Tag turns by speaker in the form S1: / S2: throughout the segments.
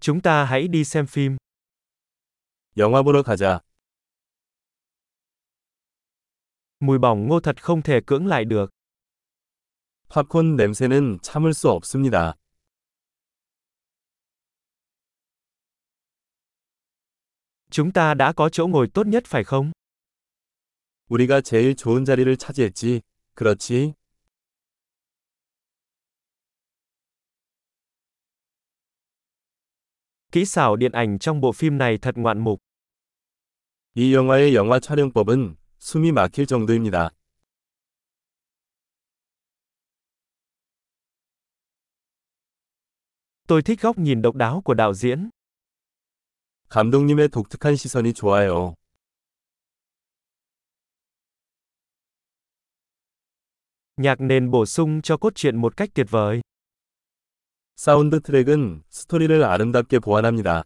S1: Chúng ta hãy đi xem phim.
S2: 영화 보러 가자.
S1: Mùi bỏng ngô thật không thể cưỡng lại được.
S2: 팝콘 냄새는 참을 수 없습니다.
S1: Chúng ta đã có chỗ ngồi tốt nhất phải không?
S2: 우리가 제일 좋은 자리를 차지했지. 그렇지?
S1: Kỹ xảo điện ảnh trong bộ phim này thật ngoạn mục.
S2: 이 영화의 영화 촬영법은 숨이 막힐 정도입니다.
S1: Tôi thích góc nhìn độc đáo của đạo diễn.
S2: 감독님의 독특한 시선이 좋아요.
S1: Nhạc nền bổ sung cho cốt truyện một cách tuyệt vời.
S2: 사운드 트랙은 스토리를 아름답게 보완합니다.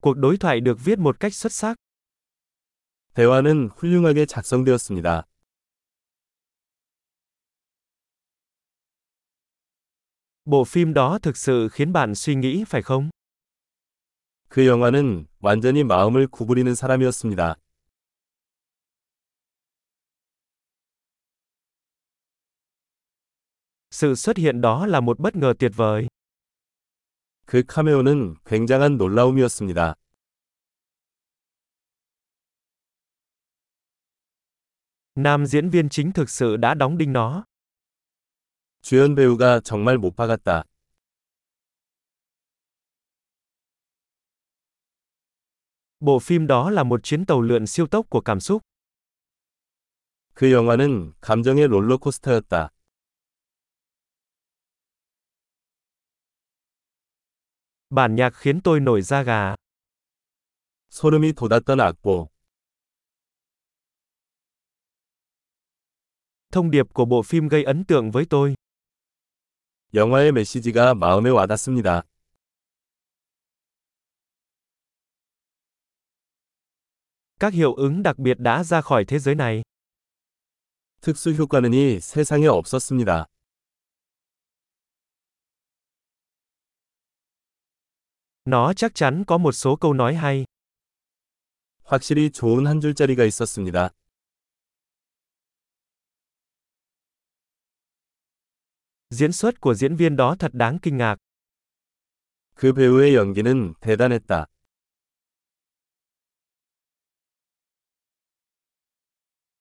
S1: Cuộc đối thoại được viết một cách xuất sắc.
S2: 대화는 훌륭하게 작성되었습니다.
S1: Bộ phim đó thực sự khiến bạn suy nghĩ phải không?
S2: 그 영화는 완전히 마음을 구부리는 사람이었습니다.
S1: Sự xuất hiện đó là một bất ngờ tuyệt vời.
S2: 그 카메오는 굉장한 놀라움이었습니다.
S1: Nam diễn viên chính thực sự đã đóng đinh nó.
S2: 주연 배우가 정말 못 박았다.
S1: Bộ phim đó là một chuyến tàu lượn siêu tốc của cảm xúc.
S2: 그 영화는 감정의 롤러코스터였다.
S1: Bản nhạc khiến tôi nổi da gà.
S2: 소름이 돋았던 악보.
S1: Thông điệp của bộ phim gây ấn tượng với tôi.
S2: 영화의 메시지가 마음에 와닿습니다.
S1: Các hiệu ứng đặc biệt đã ra khỏi thế giới này.
S2: 특수 효과는 이 세상에 없었습니다.
S1: Nó chắc chắn có một số câu nói hay.
S2: 확실히 좋은 한 줄짜리가 있었습니다.
S1: Diễn xuất của diễn viên đó thật đáng kinh ngạc.
S2: 그 배우의 연기는 대단했다.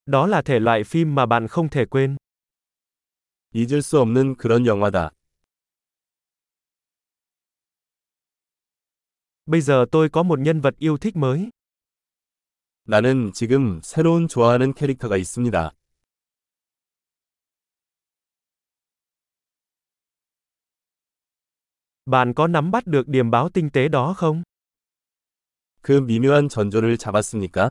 S1: Đó là thể loại phim mà bạn không thể quên.
S2: 잊을 수 없는 그런 영화다.
S1: Bây giờ tôi có một nhân vật yêu thích mới.
S2: 나는 지금 새로운 좋아하는 캐릭터가 있습니다.
S1: Bạn có nắm bắt được điểm báo tinh tế đó không?
S2: 그 미묘한 전조를 잡았습니까?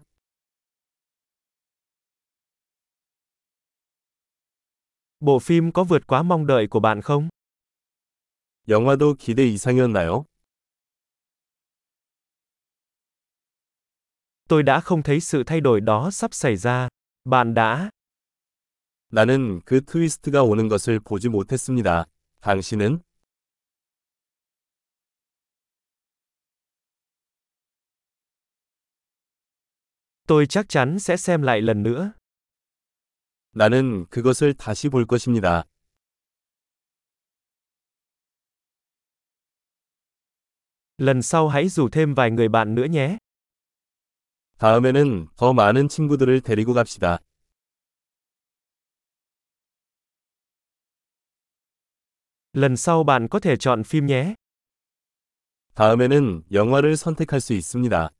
S1: Bộ phim có vượt quá mong đợi của bạn không?
S2: 영화도 기대 이상이었나요?
S1: Tôi đã không thấy sự thay đổi đó sắp xảy ra. Bạn đã.
S2: 나는 그 트위스트가 오는 것을 보지 못했습니다. 당신은?
S1: Tôi chắc chắn sẽ xem lại lần nữa.
S2: 나는 그것을 다시 볼 것입니다.
S1: Lần sau hãy rủ thêm vài người bạn nữa nhé.
S2: 다음에는 더 많은 친구들을 데리고 갑시다.
S1: Lần sau bạn có thể chọn phim nhé.
S2: 다음에는 영화를 선택할 수 있습니다.